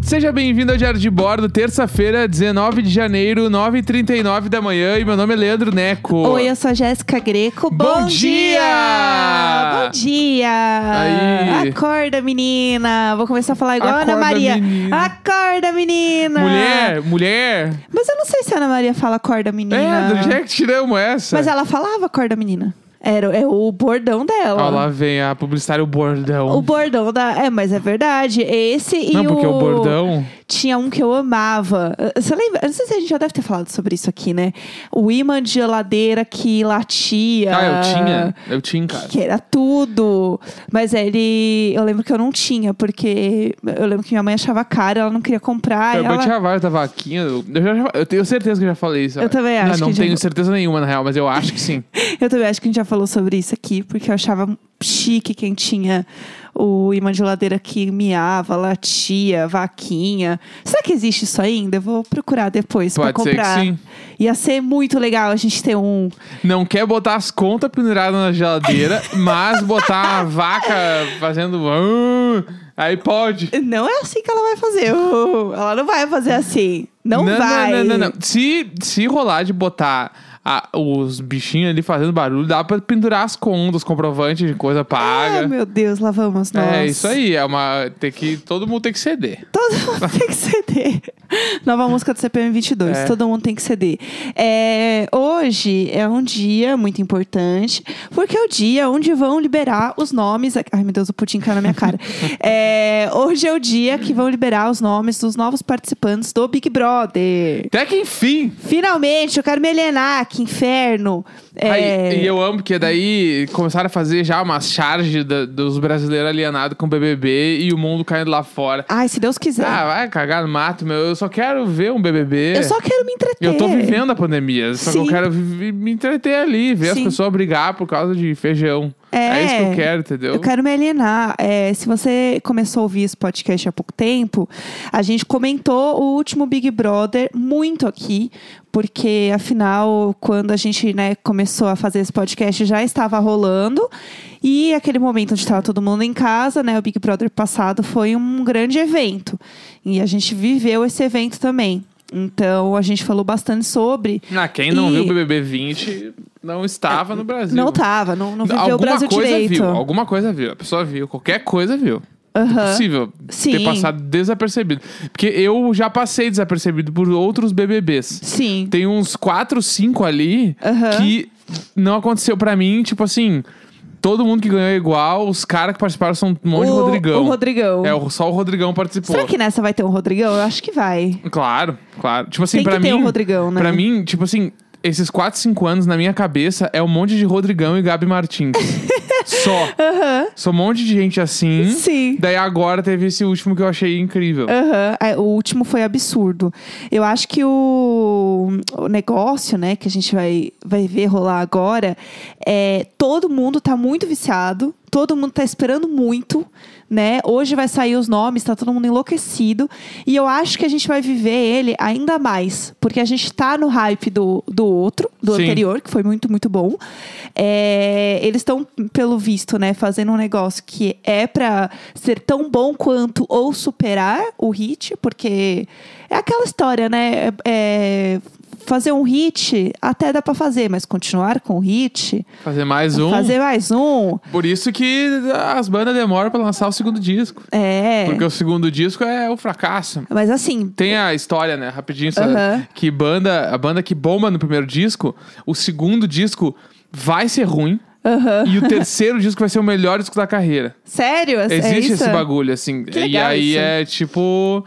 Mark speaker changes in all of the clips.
Speaker 1: Seja bem-vindo ao Diário de Bordo, terça-feira, 19 de janeiro, 9h39 da manhã. E meu nome é Leandro Neco.
Speaker 2: Oi, eu sou a Jéssica Greco.
Speaker 1: Bom
Speaker 2: Bom,
Speaker 1: dia!
Speaker 2: Bom dia!
Speaker 1: Aí.
Speaker 2: Acorda, menina! Vou começar a falar igual a Ana
Speaker 1: Acorda,
Speaker 2: Maria.
Speaker 1: menina.
Speaker 2: Acorda, menina!
Speaker 1: Mulher, mulher.
Speaker 2: Mas eu não sei se a Ana Maria fala acorda,
Speaker 1: É,
Speaker 2: menina.
Speaker 1: do é. Jack tiramos essa.
Speaker 2: Mas ela falava acorda, menina. Era, é o bordão dela.
Speaker 1: Ó, lá vem a publicitária, o bordão.
Speaker 2: O bordão da. É, mas é verdade. Esse e
Speaker 1: Não,
Speaker 2: o.
Speaker 1: porque o bordão...
Speaker 2: Tinha um que eu amava. Você lembra? Eu Não sei se a gente já deve ter falado sobre isso aqui, né? O imã de geladeira que latia.
Speaker 1: Ah, eu tinha. Eu tinha em casa.
Speaker 2: Que era tudo. Mas é, ele. Eu lembro que eu não tinha, porque eu lembro que minha mãe achava caro, ela não queria comprar.
Speaker 1: Eu,
Speaker 2: e ela...
Speaker 1: eu tinha várias da vaquinha. Eu, eu já- eu tenho certeza que eu já falei isso.
Speaker 2: Eu também acho
Speaker 1: Não, não
Speaker 2: que já-
Speaker 1: tenho certeza nenhuma, na real, mas eu acho que sim.
Speaker 2: eu também acho que a gente já falou sobre isso aqui, porque eu achava chique quem tinha o imã de geladeira que miava, latia, vaquinha. Será que existe isso ainda? Eu vou procurar depois pra
Speaker 1: Pode ser que
Speaker 2: comprar.
Speaker 1: sim.
Speaker 2: Ia ser muito legal a gente ter um.
Speaker 1: Não quer botar as contas penduradas na geladeira, mas botar a vaca fazendo. "Ah", Aí pode.
Speaker 2: Não é assim que ela vai fazer. Uh, ela não vai fazer assim. Não, vai.
Speaker 1: Não, não, não, não. Se, se rolar de botar a- os bichinhos ali fazendo barulho, dá pra pendurar as contas, comprovante de coisa
Speaker 2: Ah,
Speaker 1: paga.
Speaker 2: meu Deus, Tá. lá vamos nós.
Speaker 1: é isso aí. É uma. Tem que, todo mundo tem que ceder.
Speaker 2: Todo mundo tem que ceder. Nova música do CPM 22.
Speaker 1: É.
Speaker 2: Todo mundo tem que ceder. É, hoje é um dia muito importante, porque é o dia onde vão liberar os nomes. Ai, meu Deus, o Putin caiu na minha cara. É, hoje é o dia que vão liberar os nomes dos novos participantes do Big Brother.
Speaker 1: Até que enfim.
Speaker 2: Finalmente, eu quero me alienar, que inferno. É,
Speaker 1: Aí, e eu amo, porque daí começaram a fazer já umas charges da- dos brasileiros alienados com o BBB e o mundo caindo lá fora.
Speaker 2: Ai, se Deus quiser.
Speaker 1: Ah, vai cagar no mato, meu. Eu só quero ver um BBB.
Speaker 2: eu só quero me entreter.
Speaker 1: Eu tô vivendo a pandemia, só que eu
Speaker 2: É. Sim.
Speaker 1: quero vi- vi- me entreter ali, ver as
Speaker 2: Sim.
Speaker 1: pessoas brigar por causa de feijão.
Speaker 2: É.
Speaker 1: isso que eu quero, entendeu?
Speaker 2: Eu quero me alienar. É, se você começou a ouvir esse podcast há pouco tempo, a gente comentou o último Big Brother muito aqui, porque afinal, quando a gente né, começou a fazer esse podcast, já estava rolando. E aquele momento onde estava todo mundo em casa, né? O Big Brother passado foi um grande evento. E a gente viveu esse evento também. Então a gente falou bastante sobre.
Speaker 1: Ah, quem não
Speaker 2: E-
Speaker 1: viu o BBB 20 não estava no Brasil.
Speaker 2: Não tava, não, não viveu
Speaker 1: Alguma
Speaker 2: o Brasil
Speaker 1: coisa
Speaker 2: direito.
Speaker 1: viu, alguma coisa viu. A pessoa viu, qualquer coisa viu.
Speaker 2: Aham.
Speaker 1: Possível ter
Speaker 2: Sim.
Speaker 1: passado desapercebido. Porque eu já passei desapercebido por outros BBBs.
Speaker 2: Sim.
Speaker 1: Tem uns 4, 5 ali
Speaker 2: Aham.
Speaker 1: que não aconteceu pra mim, tipo assim, todo mundo que ganhou é igual, os caras que participaram são um monte de
Speaker 2: O-
Speaker 1: Rodrigão.
Speaker 2: O Rodrigão.
Speaker 1: É, o- só o Rodrigão participou.
Speaker 2: Será que nessa vai ter um Rodrigão? Eu acho que vai.
Speaker 1: Claro, claro. Tipo assim,
Speaker 2: Tem que
Speaker 1: pra
Speaker 2: ter
Speaker 1: mim.
Speaker 2: o Rodrigão, né?
Speaker 1: Pra mim, tipo assim, esses 4, 5 anos na minha cabeça é um monte de Rodrigão e Gabi Martins. Só. Só um monte de gente assim.
Speaker 2: Sim.
Speaker 1: Daí agora teve esse último que eu achei incrível.
Speaker 2: Aham. É, O último foi absurdo. Eu acho que o, o negócio, né, que a gente vai, vai ver rolar agora é todo mundo tá muito viciado, todo mundo tá esperando muito, né? Hoje vai sair os nomes, tá todo mundo enlouquecido. E eu acho que a gente vai viver ele ainda mais. Porque a gente tá no hype do, do outro, do
Speaker 1: Sim.
Speaker 2: anterior. anterior, que foi muito, muito bom. É, eles estão, pelo visto, né, fazendo um negócio que é pra ser tão bom quanto ou superar o hit, porque é aquela história, né? é, fazer um hit até dá pra fazer, mas continuar com o hit,
Speaker 1: Fazer mais um.
Speaker 2: Ah, fazer mais um,
Speaker 1: Por isso que as bandas demoram pra lançar o segundo disco.
Speaker 2: é.
Speaker 1: Porque o segundo disco é o fracasso.
Speaker 2: Mas assim,
Speaker 1: Tem a história, né? Rapidinho, sabe?
Speaker 2: Aham.
Speaker 1: que banda, a banda que bomba no primeiro disco, o segundo disco vai ser ruim.
Speaker 2: aham.
Speaker 1: E o terceiro disco vai ser o melhor disco da carreira.
Speaker 2: sério? É- é
Speaker 1: Existe
Speaker 2: isso?
Speaker 1: esse bagulho, assim.
Speaker 2: Que
Speaker 1: e
Speaker 2: legal
Speaker 1: aí
Speaker 2: isso.
Speaker 1: é tipo.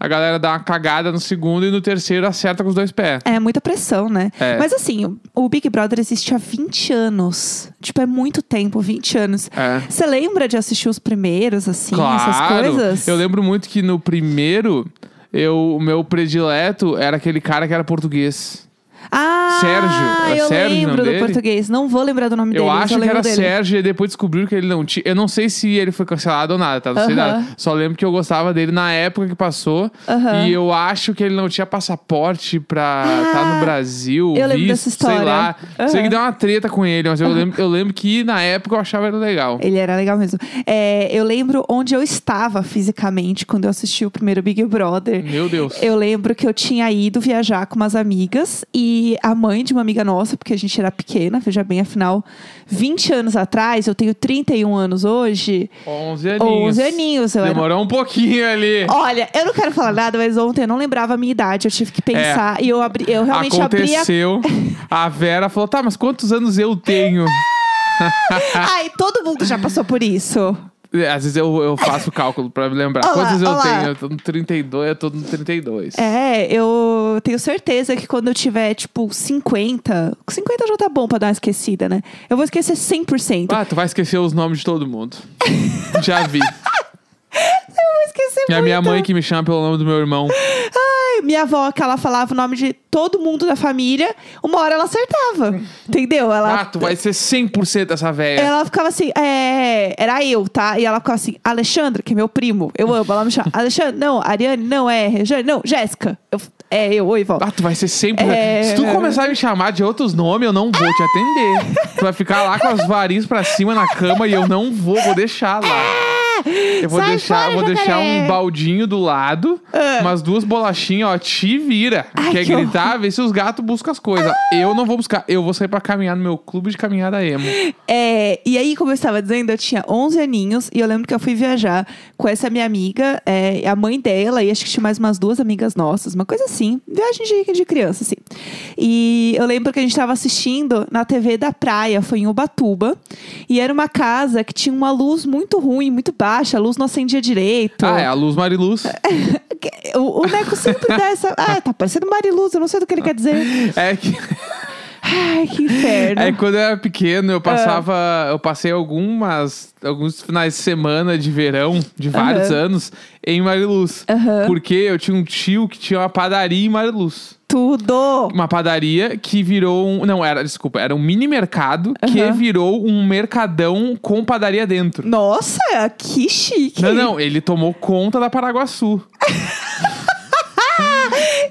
Speaker 1: A galera dá uma cagada no segundo e no terceiro acerta com os dois pés.
Speaker 2: É muita pressão, né?
Speaker 1: É.
Speaker 2: Mas assim, o- o Big Brother existe há 20 anos. Tipo, é muito tempo, 20 anos.
Speaker 1: É.
Speaker 2: Você lembra de assistir os primeiros, assim, essas
Speaker 1: Claro.
Speaker 2: coisas?
Speaker 1: Eu lembro muito que no primeiro, eu, o meu predileto era aquele cara que era português.
Speaker 2: Ah,
Speaker 1: Sérgio. Era
Speaker 2: eu
Speaker 1: Sérgio o nome
Speaker 2: lembro do
Speaker 1: dele?
Speaker 2: português. Não vou lembrar do nome
Speaker 1: Eu
Speaker 2: dele, mas
Speaker 1: acho
Speaker 2: eu
Speaker 1: que
Speaker 2: lembro
Speaker 1: era
Speaker 2: dele.
Speaker 1: Sérgio e depois descobriram que ele não tinha. Eu não sei se ele foi cancelado ou nada, tá? Não sei
Speaker 2: Aham.
Speaker 1: nada. Só lembro que eu gostava dele na época que passou.
Speaker 2: Aham.
Speaker 1: E eu acho que ele não tinha passaporte pra
Speaker 2: Ah,
Speaker 1: estar no Brasil.
Speaker 2: eu lembro
Speaker 1: visto,
Speaker 2: dessa história.
Speaker 1: Sei lá.
Speaker 2: Aham.
Speaker 1: Sei que deu uma treta com ele, mas eu, lembro, eu lembro que na época eu achava ele legal.
Speaker 2: Ele era legal mesmo. É, eu lembro onde eu estava fisicamente quando eu assisti o primeiro Big Brother.
Speaker 1: Meu Deus.
Speaker 2: Eu lembro que eu tinha ido viajar com umas amigas e a mãe de uma amiga nossa, porque a gente era pequena, veja bem, afinal, 20 anos atrás, eu tenho 31 anos hoje,
Speaker 1: 11 aninhos.
Speaker 2: 11 aninhos eu era.
Speaker 1: Demorou um pouquinho ali.
Speaker 2: Olha, eu não quero falar nada, mas ontem eu não lembrava a minha idade, eu tive que pensar e eu, abri, eu realmente abri a
Speaker 1: É. Aconteceu. A Vera falou: tá, mas quantos anos eu tenho?
Speaker 2: Ai, todo mundo já passou por isso.
Speaker 1: É, Às vezes eu, eu faço o cálculo pra me lembrar.
Speaker 2: Olha lá,
Speaker 1: Quantos eu
Speaker 2: olha lá.
Speaker 1: tenho? Eu tô no 32, eu tô no 32.
Speaker 2: É, eu tenho certeza que quando eu tiver, tipo, 50, 50 já tá bom pra dar uma esquecida, né? Eu vou esquecer 100%.
Speaker 1: Ah, tu vai esquecer os nomes de todo mundo. Já vi.
Speaker 2: Eu vou esquecer
Speaker 1: É a minha
Speaker 2: muito.
Speaker 1: mãe que me chama pelo nome do meu irmão.
Speaker 2: Ai, minha avó, que ela falava o nome de todo mundo da família, uma hora ela acertava. entendeu? Ela.
Speaker 1: Ah, tu vai ser 100% dessa velha.
Speaker 2: Ela ficava assim, é, era eu, tá? E ela ficava assim, Alexandre, que é meu primo, eu amo. Ela me chama, Alexandre, não, Ariane, não, é, Rejane, não, Jéssica. Eu, é eu, oi, vó.
Speaker 1: Ah, tu vai ser 100%.
Speaker 2: É.
Speaker 1: Se tu começar a me chamar de outros nomes, eu não vou te atender. Tu vai ficar lá com as varinhas pra cima na cama e eu não vou, vou deixar lá. Eu vou
Speaker 2: É. Sai
Speaker 1: deixar,
Speaker 2: fora,
Speaker 1: vou deixar
Speaker 2: jacaré.
Speaker 1: um baldinho do lado,
Speaker 2: Ah.
Speaker 1: umas duas bolachinhas, ó, te vira.
Speaker 2: Ai,
Speaker 1: Quer
Speaker 2: que
Speaker 1: gritar? Vê se os gatos buscam as coisas. Eu não vou buscar, eu vou sair pra caminhar no meu clube de caminhada emo.
Speaker 2: É, e aí, como eu estava dizendo, eu tinha 11 aninhos e eu lembro que eu fui viajar com essa minha amiga, é, a mãe dela, e acho que tinha mais umas duas amigas nossas, uma coisa assim, viagem de, de criança, assim. E eu lembro que a gente estava assistindo na TV da praia, foi em Ubatuba, e era uma casa que tinha uma luz muito ruim, muito baixa, a luz não acendia direito.
Speaker 1: Ah, é a Luz Mariluz.
Speaker 2: Que- O, o Neco sempre dá essa. Ah, tá parecendo Mariluz, eu não sei do que ele quer dizer.
Speaker 1: É que,
Speaker 2: Ai, que inferno.
Speaker 1: é que quando eu era pequeno,
Speaker 2: Ah.
Speaker 1: eu passava. Eu passei algumas. alguns finais de semana de verão, de vários
Speaker 2: Aham.
Speaker 1: anos, em Mariluz.
Speaker 2: Aham.
Speaker 1: Porque eu tinha um tio que tinha uma padaria em Mariluz.
Speaker 2: Tudo.
Speaker 1: uma padaria que virou um. Não, era, desculpa, era um mini mercado que
Speaker 2: Aham.
Speaker 1: virou um mercadão com padaria dentro.
Speaker 2: Nossa, que chique.
Speaker 1: Não, não, ele tomou conta da Paraguaçu.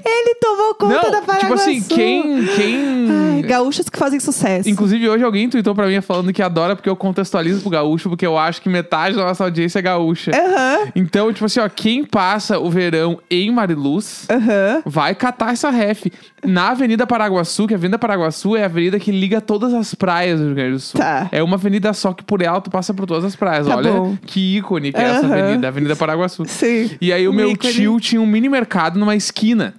Speaker 2: Ele tomou conta
Speaker 1: não,
Speaker 2: da Paraguaçu.
Speaker 1: tipo assim, quem. quem...
Speaker 2: Ai, gaúchos que fazem sucesso.
Speaker 1: Inclusive, hoje alguém tweetou pra mim falando que adora porque eu contextualizo pro gaúcho, porque eu acho que metade da nossa audiência é gaúcha.
Speaker 2: Aham,
Speaker 1: Então, tipo assim, ó, quem passa o verão em Mariluz
Speaker 2: aham.
Speaker 1: vai catar essa ref. Na Avenida Paraguaçu, que a Avenida Paraguaçu é a avenida que liga todas as praias do Rio Grande do Sul.
Speaker 2: Tá.
Speaker 1: É uma avenida só que por alto passa por todas as praias.
Speaker 2: Tá
Speaker 1: Olha
Speaker 2: bom.
Speaker 1: que ícone que é essa
Speaker 2: Aham.
Speaker 1: avenida, a Avenida Paraguaçu.
Speaker 2: Sim.
Speaker 1: E aí o
Speaker 2: Um
Speaker 1: meu
Speaker 2: ícone.
Speaker 1: tio tinha um mini mercado numa esquina.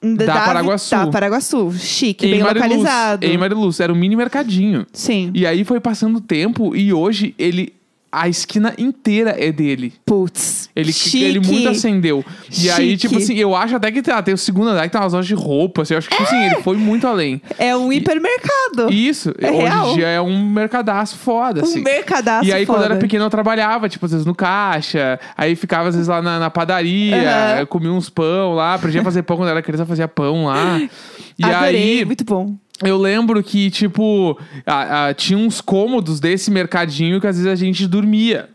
Speaker 2: Da,
Speaker 1: da Paraguaçu.
Speaker 2: Da Paraguaçu. Chique,
Speaker 1: em
Speaker 2: bem
Speaker 1: Mariluz.
Speaker 2: localizado.
Speaker 1: Em Mariluz, era um mini mercadinho.
Speaker 2: Sim.
Speaker 1: E aí foi passando o tempo e hoje ele... A esquina inteira é dele.
Speaker 2: Putz.
Speaker 1: Ele,
Speaker 2: Chique.
Speaker 1: ele muito assim- acendeu. E aí,
Speaker 2: Chique.
Speaker 1: tipo assim, eu acho até que tá, tem o segundo andar que tá umas lojas de roupa. Assim, eu acho que, tipo assim, ele foi muito além.
Speaker 2: É um hipermercado.
Speaker 1: Isso,
Speaker 2: É
Speaker 1: hoje
Speaker 2: real.
Speaker 1: em dia é um mercadaço foda,
Speaker 2: um
Speaker 1: assim.
Speaker 2: mercadaço
Speaker 1: E aí,
Speaker 2: foda.
Speaker 1: quando eu era pequeno, eu trabalhava, tipo, às vezes no caixa, aí ficava, às vezes, lá na, na padaria,
Speaker 2: Aham.
Speaker 1: eu comia uns pão lá, aprendi a fazer pão quando eu era criança, eu fazia pão lá. E
Speaker 2: Adorei,
Speaker 1: aí,
Speaker 2: muito bom.
Speaker 1: eu lembro que, tipo, a- a- tinha uns cômodos desse mercadinho que às vezes a gente dormia.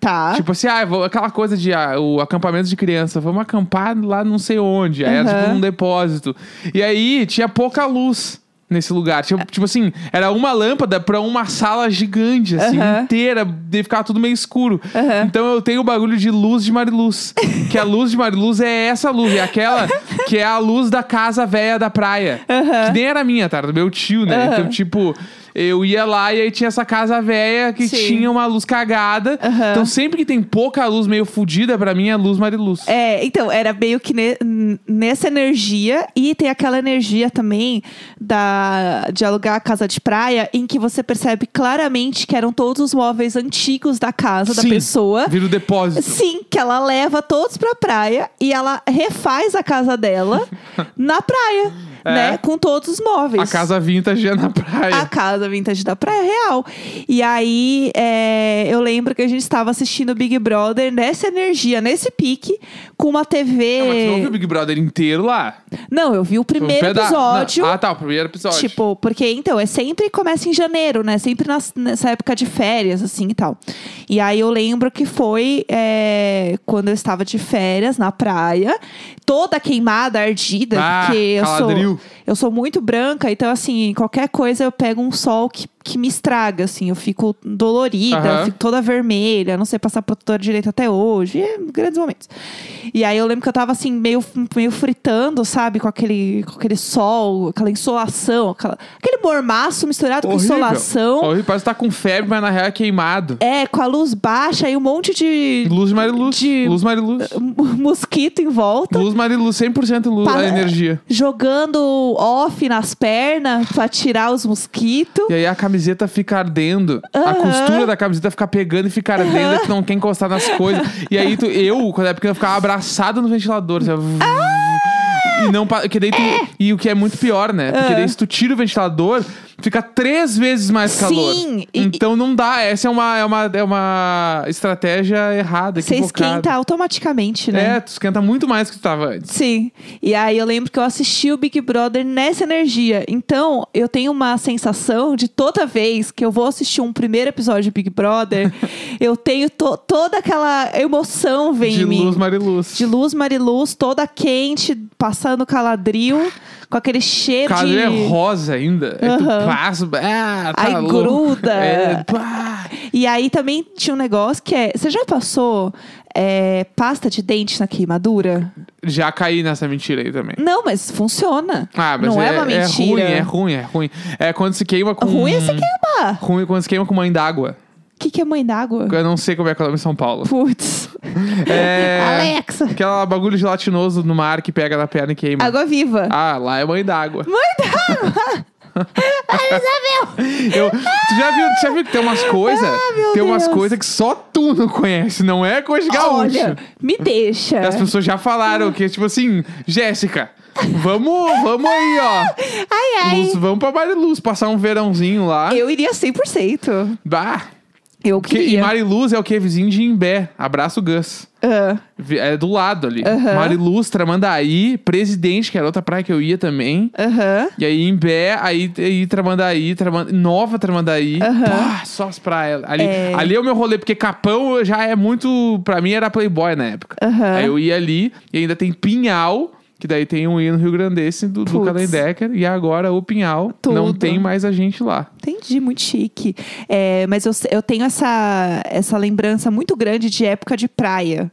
Speaker 2: Tá.
Speaker 1: Tipo assim, ah, vou- aquela coisa de ah, o acampamento de criança, vamos acampar lá não sei onde. Aí era
Speaker 2: Aham.
Speaker 1: tipo um depósito. E aí tinha pouca luz nesse lugar. Tipo, tipo assim, era uma lâmpada pra uma sala gigante, assim,
Speaker 2: Aham.
Speaker 1: inteira, de ficar tudo meio escuro.
Speaker 2: Aham.
Speaker 1: Então eu tenho o bagulho de luz de Mariluz. que a luz de Mariluz é essa luz, é aquela que é a luz da casa velha da praia. Que nem era minha, tá? Era do meu tio, né?
Speaker 2: Aham.
Speaker 1: Então, tipo, eu ia lá e aí tinha essa casa velha que
Speaker 2: Sim.
Speaker 1: tinha uma luz cagada.
Speaker 2: Aham.
Speaker 1: Então sempre que tem pouca luz meio fudida pra mim é luz mariluz.
Speaker 2: É, então, era meio que ne- n- nessa energia. E tem aquela energia também da, de alugar a casa de praia, em que você percebe claramente que eram todos os móveis antigos da casa da
Speaker 1: Sim,
Speaker 2: pessoa.
Speaker 1: Vira o depósito.
Speaker 2: Sim, que ela leva todos pra praia e ela refaz a casa dela na praia,
Speaker 1: É.
Speaker 2: né? Com todos os móveis.
Speaker 1: A casa vintage é na praia.
Speaker 2: A casa vintage da praia real. E aí, é, eu lembro que a gente estava assistindo o Big Brother nessa energia, nesse pique, com uma TV.
Speaker 1: Não, mas tu não viu o Big Brother inteiro lá?
Speaker 2: Não, eu vi o primeiro
Speaker 1: Um peda-
Speaker 2: episódio.
Speaker 1: Não, Ah, tá, o primeiro episódio.
Speaker 2: Tipo, porque então, é sempre começa em janeiro, né? Sempre nas- nessa época de férias, assim e tal. E aí eu lembro que foi é, quando eu estava de férias na praia, toda queimada, ardida,
Speaker 1: Ah,
Speaker 2: porque eu
Speaker 1: caladril.
Speaker 2: sou, eu sou muito branca, então assim, qualquer coisa eu pego um sol que, que me estraga, assim, eu fico dolorida,
Speaker 1: Aham.
Speaker 2: eu fico toda vermelha, não sei passar protetor direito até hoje, é, grandes momentos. E aí eu lembro que eu tava assim, meio, meio fritando, sabe, com aquele, com aquele sol, aquela insolação, aquela- aquele mormaço misturado
Speaker 1: Horrível.
Speaker 2: com insolação.
Speaker 1: Horrível, parece que tá com febre, mas na real é queimado.
Speaker 2: É, com a luz baixa e um monte de
Speaker 1: Luz Mariluz.
Speaker 2: De-
Speaker 1: Luz Mariluz.
Speaker 2: mosquito em volta.
Speaker 1: Luz Mariluz, 100% luz,
Speaker 2: Pa-
Speaker 1: a energia.
Speaker 2: Jogando off nas pernas pra tirar os mosquitos.
Speaker 1: E aí a camiseta fica ardendo. A
Speaker 2: Aham.
Speaker 1: costura da camiseta fica pegando e fica ardendo, é que não quer encostar nas coisas. E aí tu- eu, quando era pequeno, eu ficava abraçado no ventilador. Assim, ó.
Speaker 2: Ah!
Speaker 1: E, não, pa- que daí tu- e o que é muito pior, né? Porque daí se tu tira o ventilador, fica três vezes mais calor.
Speaker 2: Sim, e-
Speaker 1: Então não dá. Essa é uma, é uma, é uma estratégia errada.
Speaker 2: Você
Speaker 1: equivocada.
Speaker 2: esquenta automaticamente, né?
Speaker 1: É, tu esquenta muito mais do que tu tava antes.
Speaker 2: Sim. E aí eu lembro que eu assisti o Big Brother nessa energia. Então, eu tenho uma sensação de toda vez que eu vou assistir um primeiro episódio de Big Brother, eu tenho to- toda aquela emoção vem
Speaker 1: de
Speaker 2: em mim.
Speaker 1: luz, Mariluz.
Speaker 2: De luz, mariluz, toda quente, passando caladril, com aquele cheiro
Speaker 1: Cara,
Speaker 2: de...
Speaker 1: ele é rosa ainda. Aí tu
Speaker 2: Aham.
Speaker 1: passa. Ah, tá
Speaker 2: Aí
Speaker 1: louco.
Speaker 2: gruda.
Speaker 1: É, pá.
Speaker 2: E aí também tinha um negócio que é... Você já passou é, pasta de dente na queimadura?
Speaker 1: Já caí nessa mentira aí também.
Speaker 2: Não, mas funciona.
Speaker 1: Ah, mas
Speaker 2: Não é,
Speaker 1: é,
Speaker 2: uma
Speaker 1: é ruim,
Speaker 2: mentira.
Speaker 1: é ruim, é ruim. É quando se queima com.
Speaker 2: Ruim é você queimar.
Speaker 1: Ruim quando se queima com mãe d'água.
Speaker 2: O que, que é mãe d'água?
Speaker 1: Eu não sei como é que é o nome em São Paulo.
Speaker 2: Putz.
Speaker 1: É.
Speaker 2: Alexa.
Speaker 1: Aquela bagulho gelatinoso no mar que pega na perna e queima.
Speaker 2: Água viva.
Speaker 1: Ah, lá é mãe d'água.
Speaker 2: Ai, Isabel!
Speaker 1: Eu, tu já viu, tu já viu que tem umas coisas?
Speaker 2: Ah, meu
Speaker 1: tem umas
Speaker 2: Deus.
Speaker 1: coisas que só tu não conhece, não é coisa de gaúcho.
Speaker 2: Olha, me deixa.
Speaker 1: As pessoas já falaram que, tipo assim, Jéssica, vamos, vamos aí, ó.
Speaker 2: Ai, ai.
Speaker 1: Luz, vamos pra Mariluz, passar um verãozinho lá.
Speaker 2: É, Eu iria 100%.
Speaker 1: Bah.
Speaker 2: Eu
Speaker 1: Que, e
Speaker 2: queria.
Speaker 1: Mariluz é o que? Vizinho de Imbé. Abraço, Gus.
Speaker 2: Ah,
Speaker 1: Vi- É do lado ali.
Speaker 2: Aham.
Speaker 1: Mariluz, Tramandaí, Presidente, que era outra praia que eu ia também.
Speaker 2: Aham.
Speaker 1: E aí, Imbé, aí, aí Tramandaí, Traman- Nova Tramandaí.
Speaker 2: Aham.
Speaker 1: Pá, só as praias. Ali
Speaker 2: É.
Speaker 1: ali é o meu rolê, porque Capão já é muito. Pra mim era Playboy na época.
Speaker 2: Aham.
Speaker 1: Aí eu ia ali e ainda tem Pinhal. Que daí tem um hino Rio Grandense do, do
Speaker 2: Putz.
Speaker 1: Kalendecker. E agora o Pinhal. Não
Speaker 2: Tudo.
Speaker 1: tem mais a gente lá.
Speaker 2: Entendi, muito chique. É, mas eu, eu tenho essa, essa lembrança muito grande de época de praia.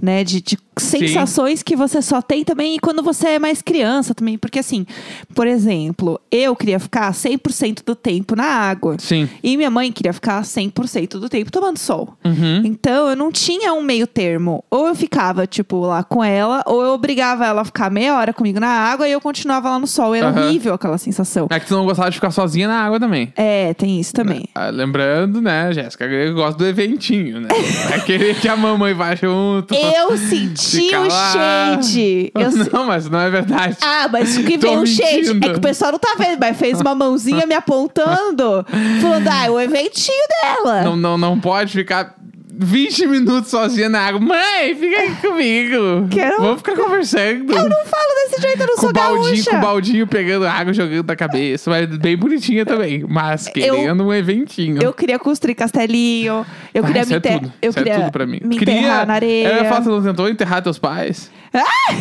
Speaker 2: Né, de, de sensações que você só tem também quando você é mais criança também. Porque, assim, por exemplo, eu queria ficar 100% do tempo na água.
Speaker 1: Sim.
Speaker 2: E minha mãe queria ficar 100% do tempo tomando sol.
Speaker 1: Uhum.
Speaker 2: Então eu não tinha um meio termo. Ou eu ficava, tipo, lá com ela, ou eu obrigava ela a ficar meia hora comigo na água e eu continuava lá no sol. Era
Speaker 1: Aham.
Speaker 2: horrível aquela sensação.
Speaker 1: É que tu não gostava de ficar sozinha na água também.
Speaker 2: É, tem isso também.
Speaker 1: Ah, lembrando, né, Jéssica, eu gosto do eventinho, né? Vai querer que a mamãe vá junto.
Speaker 2: Eu senti
Speaker 1: Fica
Speaker 2: o
Speaker 1: lá.
Speaker 2: shade. Eu se-
Speaker 1: Não, mas não é verdade.
Speaker 2: Ah, mas o que
Speaker 1: Tô
Speaker 2: veio o shade
Speaker 1: mentindo.
Speaker 2: é que o pessoal não tá vendo, mas fez uma mãozinha me apontando, falando, ah, é o eventinho dela.
Speaker 1: Não, não, não pode ficar 20 minutos sozinha na água. Mãe, fica aqui comigo.
Speaker 2: Quero-
Speaker 1: Vamos ficar conversando.
Speaker 2: Eu não falo desse jeito, eu não
Speaker 1: com
Speaker 2: sou
Speaker 1: o baldinho,
Speaker 2: gaúcha.
Speaker 1: com o baldinho pegando água, jogando na cabeça. Mas bem bonitinha também. Mas querendo um eventinho.
Speaker 2: Eu queria construir castelinho. Eu
Speaker 1: Ah,
Speaker 2: queria
Speaker 1: isso
Speaker 2: me
Speaker 1: é
Speaker 2: enterrar.
Speaker 1: tudo.
Speaker 2: Eu
Speaker 1: Isso
Speaker 2: queria
Speaker 1: é tudo pra mim. é,
Speaker 2: me
Speaker 1: queria...
Speaker 2: enterrar na areia.
Speaker 1: Eu ia falar, tu não tentou enterrar teus pais? Ah!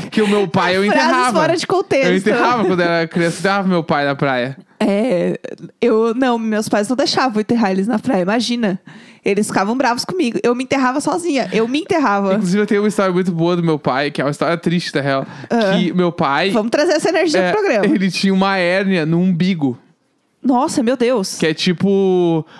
Speaker 1: que... que o meu pai eu
Speaker 2: Frases
Speaker 1: enterrava.
Speaker 2: fora de contexto.
Speaker 1: Eu enterrava quando era criança, eu enterrava meu pai na praia.
Speaker 2: É, eu não, meus pais não deixavam eu enterrar eles na praia, imagina. Eles ficavam bravos comigo. Eu me enterrava sozinha. Eu me enterrava.
Speaker 1: Inclusive, eu tenho uma história muito boa do meu pai, que é uma história triste, na real.
Speaker 2: Ah.
Speaker 1: Que meu pai.
Speaker 2: Vamos trazer essa energia
Speaker 1: é,
Speaker 2: pro programa.
Speaker 1: Ele tinha uma hérnia no umbigo.
Speaker 2: Nossa, meu Deus.
Speaker 1: Que é tipo.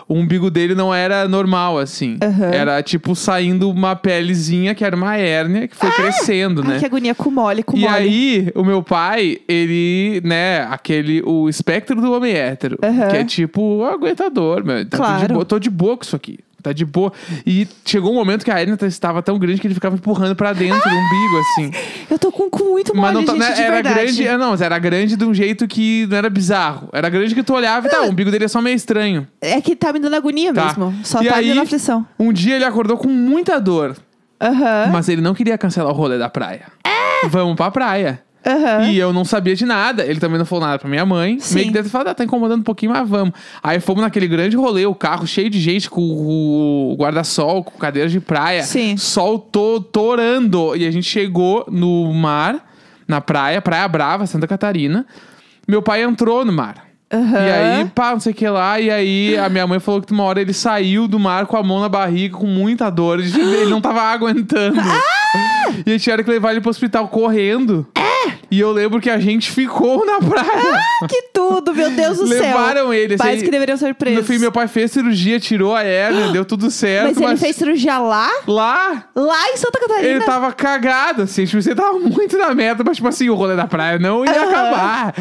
Speaker 1: O umbigo dele não era normal, assim.
Speaker 2: Aham.
Speaker 1: Era tipo saindo uma pelezinha, que era uma hérnia, que foi crescendo,
Speaker 2: Ah! Ai,
Speaker 1: né?
Speaker 2: que agonia com mole, com
Speaker 1: E
Speaker 2: mole.
Speaker 1: aí, o meu pai, ele, né, aquele, o espectro do homem hétero,
Speaker 2: Aham.
Speaker 1: que é tipo, aguentador, meu. Tá
Speaker 2: Claro.
Speaker 1: tudo de boa, tô de boa com isso aqui. Tá de boa. E chegou um momento que a Erna estava tão grande que ele ficava empurrando pra dentro do umbigo, assim.
Speaker 2: Eu tô com, com muito mole,
Speaker 1: Mas não tá-
Speaker 2: gente,
Speaker 1: né,
Speaker 2: de
Speaker 1: era
Speaker 2: verdade.
Speaker 1: grande. é, Não, mas era grande de um jeito que não era bizarro. Era grande que tu olhava e tá, o umbigo dele é só meio estranho.
Speaker 2: É que tá me dando agonia
Speaker 1: Tá.
Speaker 2: mesmo. Só
Speaker 1: E
Speaker 2: tá me
Speaker 1: aí-
Speaker 2: dando aflição.
Speaker 1: Um dia ele acordou com muita dor,
Speaker 2: Aham.
Speaker 1: mas ele não queria cancelar o rolê da praia.
Speaker 2: É?
Speaker 1: vamos pra praia.
Speaker 2: Aham.
Speaker 1: E eu não sabia de nada. Ele também não falou nada pra minha mãe.
Speaker 2: Sim.
Speaker 1: Meio que deve ter falado, ah, tá incomodando um pouquinho, mas vamos. Aí fomos naquele grande rolê, o carro cheio de gente, com o guarda-sol, com cadeira de praia.
Speaker 2: Sim.
Speaker 1: Sol to torando. E a gente chegou no mar, na praia, Praia Brava, Santa Catarina. Meu pai entrou no mar.
Speaker 2: Aham.
Speaker 1: E aí, pá, não sei o que lá. E aí, a minha mãe falou que uma hora ele saiu do mar com a mão na barriga, com muita dor. Ele ele não tava aguentando.
Speaker 2: Ah!
Speaker 1: E aí tiveram que levar ele pro hospital correndo.
Speaker 2: É?
Speaker 1: E eu lembro que a gente ficou na praia.
Speaker 2: Que tudo, meu Deus do céu.
Speaker 1: Levaram ele, assim,
Speaker 2: Pais que deveriam ser
Speaker 1: No
Speaker 2: presos.
Speaker 1: fim, meu pai fez cirurgia, tirou a hérnia, deu tudo certo.
Speaker 2: mas ele fez cirurgia lá?
Speaker 1: Lá,
Speaker 2: Lá em Santa Catarina?
Speaker 1: ele tá tava cagado, assim. Tipo, você tava muito na meta, mas, tipo assim, o rolê da praia não ia acabar.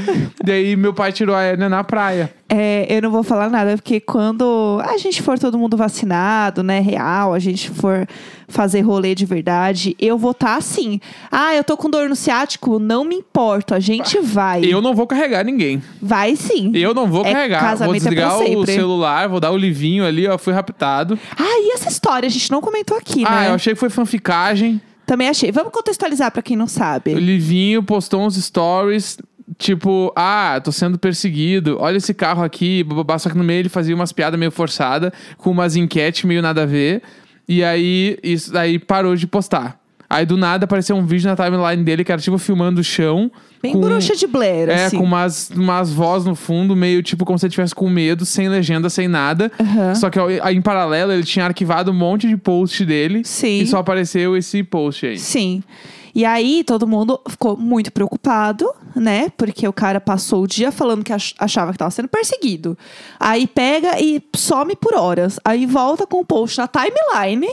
Speaker 1: Daí, meu pai tirou a hérnia na praia.
Speaker 2: É, eu não vou falar nada, porque quando a gente for todo mundo vacinado, né, real, a gente for fazer rolê de verdade, eu vou estar assim. Ah, eu tô com dor no ciático, não me importo, a gente vai.
Speaker 1: Ah, Eu não vou carregar ninguém.
Speaker 2: Vai sim.
Speaker 1: Eu não vou
Speaker 2: É
Speaker 1: carregar. Vou
Speaker 2: casamento é pra
Speaker 1: desligar o
Speaker 2: sempre.
Speaker 1: celular, vou dar o livinho ali, ó. Fui raptado.
Speaker 2: Ah, e essa história? A gente não comentou aqui,
Speaker 1: ah,
Speaker 2: né?
Speaker 1: eu achei que foi fanficagem.
Speaker 2: Também achei. Vamos contextualizar pra quem não
Speaker 1: O
Speaker 2: sabe.
Speaker 1: Livinho postou uns stories. Tipo, ah, tô sendo perseguido. Olha esse carro aqui, bababá. Só que no meio ele fazia umas piadas meio forçadas, com umas enquete meio nada a ver. E aí, isso aí parou de postar. Aí do nada apareceu um vídeo na timeline dele que era tipo filmando o chão.
Speaker 2: Bem
Speaker 1: com-
Speaker 2: bruxa de Blair,
Speaker 1: É,
Speaker 2: assim.
Speaker 1: com umas, umas vozes no fundo, meio tipo como se ele tivesse com medo, sem legenda, sem nada.
Speaker 2: Aham.
Speaker 1: Só que ó, aí, em paralelo ele tinha arquivado um monte de post dele.
Speaker 2: Sim.
Speaker 1: E só apareceu esse post aí.
Speaker 2: Sim. E aí todo mundo ficou muito preocupado, né? Porque o cara passou o dia falando que ach- achava que estava sendo perseguido. Aí pega e some por horas. Aí volta com o post na timeline.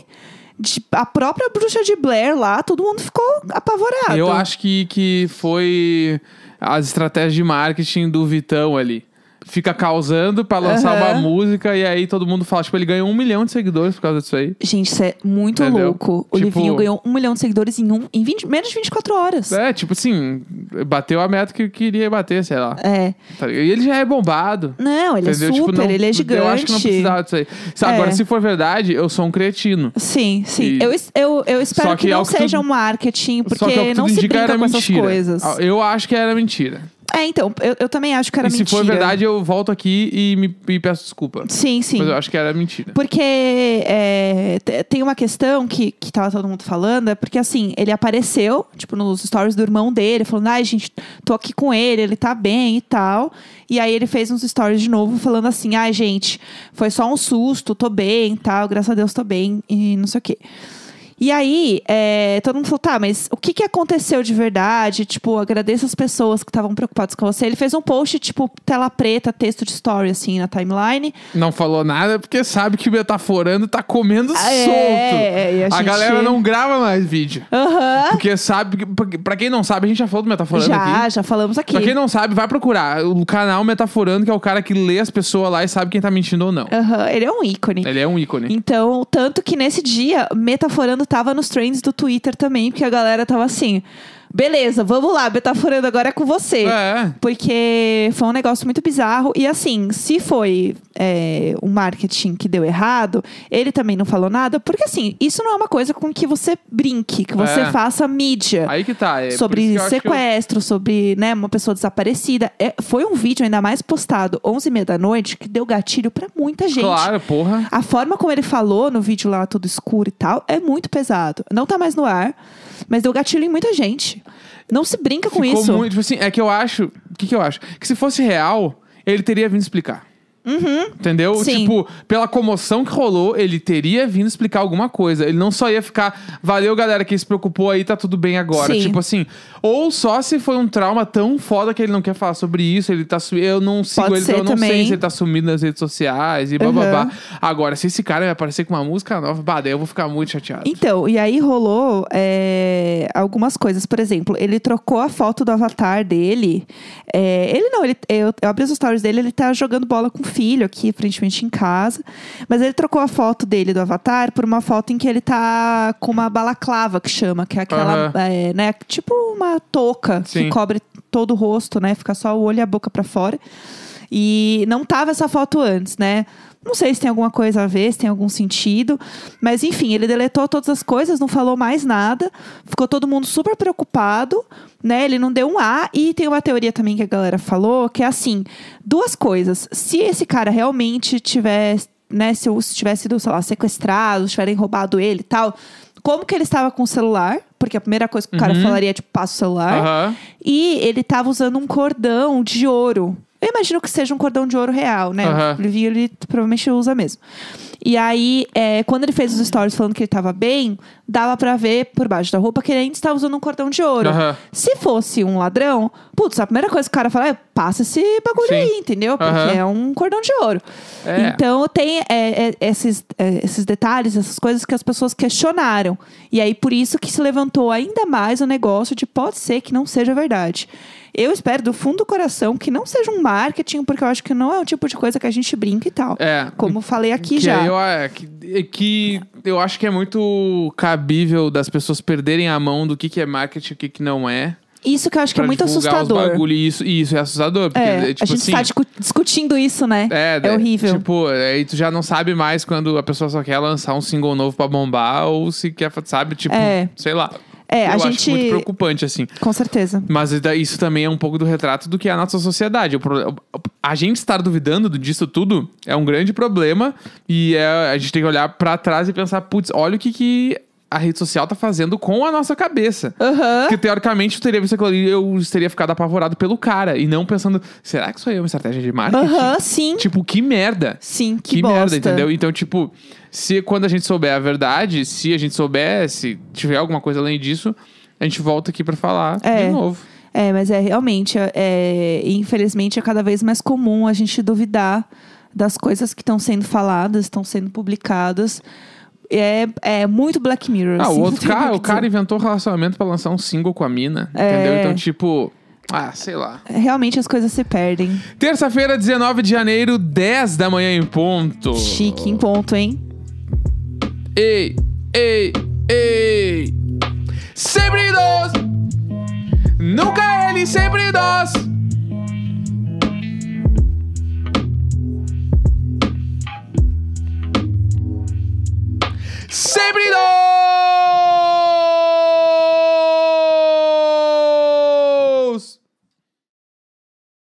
Speaker 2: De, a própria bruxa de Blair lá, todo mundo ficou apavorado.
Speaker 1: Eu acho que, que foi as estratégias de marketing do Vitão ali. Fica causando pra lançar uma
Speaker 2: Aham.
Speaker 1: música e aí todo mundo fala. Tipo, ele ganhou um milhão de seguidores por causa disso aí.
Speaker 2: Gente, isso é muito
Speaker 1: Entendeu?
Speaker 2: louco.
Speaker 1: Tipo-
Speaker 2: O Livinho ganhou um milhão de seguidores em, um, em 20 menos de 24 horas.
Speaker 1: É, tipo assim, bateu a meta que queria bater, sei lá.
Speaker 2: É.
Speaker 1: Tá ligado? E ele já é bombado.
Speaker 2: Não, ele
Speaker 1: Entendeu?
Speaker 2: é
Speaker 1: Tipo,
Speaker 2: super,
Speaker 1: não-
Speaker 2: ele é gigante.
Speaker 1: Eu acho que não precisava disso aí. Se-
Speaker 2: É.
Speaker 1: Agora, se for verdade, eu sou um cretino.
Speaker 2: Sim, sim.
Speaker 1: E-
Speaker 2: Eu, es- eu, eu espero
Speaker 1: Só
Speaker 2: que,
Speaker 1: que
Speaker 2: não
Speaker 1: ao que tudo-
Speaker 2: seja um marketing, porque
Speaker 1: Só é que ao que
Speaker 2: não
Speaker 1: tudo
Speaker 2: se
Speaker 1: indica
Speaker 2: brinca
Speaker 1: era
Speaker 2: com essas
Speaker 1: mentira.
Speaker 2: coisas.
Speaker 1: Ah, Eu acho que era mentira.
Speaker 2: É, então, eu, eu também acho que era
Speaker 1: e se
Speaker 2: mentira.
Speaker 1: for verdade, eu volto aqui e me e peço desculpa.
Speaker 2: Sim, sim.
Speaker 1: Mas eu acho que era mentira.
Speaker 2: Porque é, te- tem uma questão que, que tava todo mundo falando, é porque assim, ele apareceu, tipo, nos stories do irmão dele, falando, ai, gente, tô aqui com ele, ele tá bem e tal. E aí ele fez uns stories de novo falando assim, ai, gente, foi só um susto, tô bem e tal, graças a Deus tô bem, e não sei o quê. E aí, é, todo mundo falou, tá, mas o que, que aconteceu de verdade? Tipo, agradeço as pessoas que estavam preocupadas com você. Ele fez um post, tipo, tela preta, texto de story, assim, na timeline.
Speaker 1: Não falou nada porque sabe que o metaforando tá comendo
Speaker 2: Ah, é,
Speaker 1: solto.
Speaker 2: é, e a
Speaker 1: a
Speaker 2: gente-
Speaker 1: galera não grava mais vídeo.
Speaker 2: Aham.
Speaker 1: Porque sabe. que- porque- Pra quem não sabe, a gente já falou do metaforando
Speaker 2: Já,
Speaker 1: aqui.
Speaker 2: já falamos aqui.
Speaker 1: Pra quem não sabe, vai procurar o canal Metaforando, que é o cara que lê as pessoas lá e sabe quem tá mentindo ou não.
Speaker 2: Aham, ele é um ícone.
Speaker 1: Ele é um ícone.
Speaker 2: Então, tanto que nesse dia, Metaforando tava nos trends do Twitter também, porque a galera tava assim: beleza, vamos lá, Metaforando agora é com você.
Speaker 1: É.
Speaker 2: Porque foi um negócio muito bizarro. E assim, se foi é, um marketing que deu errado, ele também não falou nada. Porque assim, isso não é uma coisa com que você brinque, que você
Speaker 1: É.
Speaker 2: faça mídia.
Speaker 1: Aí que tá. É por isso
Speaker 2: sobre
Speaker 1: que eu acho que eu-
Speaker 2: sequestro, sobre né, uma pessoa desaparecida. É, foi um vídeo ainda mais postado 11h30 da noite que deu gatilho pra muita gente.
Speaker 1: Claro, porra.
Speaker 2: A forma como ele falou no vídeo lá, tudo escuro e tal, é muito pesado. Não tá mais no ar, mas deu gatilho em muita gente. Não se brinca com
Speaker 1: Ficou
Speaker 2: isso.
Speaker 1: muito. Tipo assim, é que eu acho. O que, que eu acho? Que se fosse real, ele teria vindo explicar. Entendeu?
Speaker 2: Uhum. Sim.
Speaker 1: Tipo, pela comoção que rolou, ele teria vindo explicar alguma coisa. Ele não só ia ficar, valeu galera que se preocupou aí, tá tudo bem agora.
Speaker 2: Sim.
Speaker 1: Tipo assim, ou só se foi um trauma tão foda que ele não quer falar sobre isso, ele tá su... eu não sigo
Speaker 2: Pode
Speaker 1: ele,
Speaker 2: ser
Speaker 1: eu não sei
Speaker 2: também. Uhum.
Speaker 1: se ele tá sumido nas redes sociais e blá blá blá. Agora, se esse cara me aparecer com uma música nova, bah, daí eu vou ficar muito chateado.
Speaker 2: Então, e aí rolou é, algumas coisas. Por exemplo, ele trocou a foto do avatar dele. É, ele não, ele, eu, eu abri os stories dele, ele tá jogando bola com o filho aqui, aparentemente em casa. Mas ele trocou a foto dele do avatar por uma foto em que ele tá com uma balaclava, que chama, que é aquela,
Speaker 1: Aham.
Speaker 2: é, né, tipo uma touca
Speaker 1: Sim.
Speaker 2: que cobre todo o rosto, né? Fica só o olho e a boca pra fora. E não tava essa foto antes, né? Não sei se tem alguma coisa a ver, se tem algum sentido. Mas enfim, ele deletou todas as coisas, não falou mais nada. Ficou todo mundo super preocupado, né? Ele não deu um A. E tem uma teoria também que a galera falou, que é assim: duas coisas. Se esse cara realmente tivesse, né, se eu tivesse sido, sei lá, sequestrado, tiverem roubado ele e tal, como que ele estava com o celular? Porque a primeira coisa que o cara
Speaker 1: Uhum.
Speaker 2: falaria é, tipo, passa o celular.
Speaker 1: Aham.
Speaker 2: E ele tava usando um cordão de ouro. Eu imagino que seja um cordão de ouro real, né?
Speaker 1: Aham.
Speaker 2: O Livinho, ele provavelmente usa mesmo. E aí, é, quando ele fez os stories falando que ele tava bem, dava pra ver por baixo da roupa que ele ainda estava usando um cordão de ouro.
Speaker 1: Aham.
Speaker 2: Se fosse um ladrão, putz, a primeira coisa que o cara fala é passa esse bagulho
Speaker 1: Sim.
Speaker 2: aí, entendeu? Porque
Speaker 1: Aham.
Speaker 2: é um cordão de ouro.
Speaker 1: É.
Speaker 2: Então tem é, é, esses, é, esses detalhes, essas coisas que as pessoas questionaram. E aí por isso que se levantou ainda mais o negócio de pode ser que não seja verdade. Eu espero do fundo do coração que não seja um marketing, porque eu acho que não é o tipo de coisa que a gente brinca e tal.
Speaker 1: É.
Speaker 2: Como falei aqui
Speaker 1: Que
Speaker 2: já.
Speaker 1: Eu, é, que, é que eu acho que é muito cabível das pessoas perderem a mão do que, que é marketing e o que, que não é.
Speaker 2: Isso que eu acho que é
Speaker 1: pra
Speaker 2: muito
Speaker 1: divulgar Os
Speaker 2: assustador.
Speaker 1: bagulho, e isso, e isso é assustador. Porque,
Speaker 2: É,
Speaker 1: tipo
Speaker 2: a gente
Speaker 1: assim,
Speaker 2: está discutindo isso, né?
Speaker 1: É,
Speaker 2: é
Speaker 1: é,
Speaker 2: horrível.
Speaker 1: Tipo, aí tu já não sabe mais quando a pessoa só quer lançar um single novo pra bombar ou se quer, sabe, tipo,
Speaker 2: É.
Speaker 1: sei lá.
Speaker 2: É,
Speaker 1: eu
Speaker 2: a
Speaker 1: acho
Speaker 2: gente-
Speaker 1: muito preocupante, assim.
Speaker 2: Com certeza.
Speaker 1: Mas isso daí- isso também é um pouco do retrato do que é a nossa sociedade. O pro- A gente estar duvidando do- disso tudo é um grande problema. E é- a gente tem que olhar pra trás e pensar, putz, olha o que, que a rede social tá fazendo com a nossa cabeça.
Speaker 2: Aham.
Speaker 1: Porque teoricamente eu teria visto aquilo ali, eu teria ficado apavorado pelo cara. E não pensando, será que isso aí é uma estratégia de marketing?
Speaker 2: Aham, sim.
Speaker 1: Tipo, que merda.
Speaker 2: Sim, que,
Speaker 1: Que,
Speaker 2: bosta.
Speaker 1: merda, entendeu? Então, tipo, se quando a gente souber a verdade, se a gente souber, se tiver alguma coisa além disso, a gente volta aqui pra falar
Speaker 2: É.
Speaker 1: de novo.
Speaker 2: É, mas é realmente, é- é, infelizmente, é cada vez mais comum a gente duvidar das coisas que estão sendo faladas, estão sendo publicadas. É, é muito Black Mirror.
Speaker 1: Ah,
Speaker 2: assim,
Speaker 1: o
Speaker 2: não
Speaker 1: outro
Speaker 2: tem
Speaker 1: cara,
Speaker 2: nem
Speaker 1: o
Speaker 2: que
Speaker 1: cara inventou relacionamento pra lançar um single com a mina. Entendeu? Então, tipo. Ah, sei lá.
Speaker 2: dizer. Realmente as coisas se perdem.
Speaker 1: Terça-feira, 19 de janeiro, 10 da manhã em ponto.
Speaker 2: Chique, em ponto, hein?
Speaker 1: Ei, ei, ei. Sempre nós. Nunca ele, sempre nós. Sempre nós.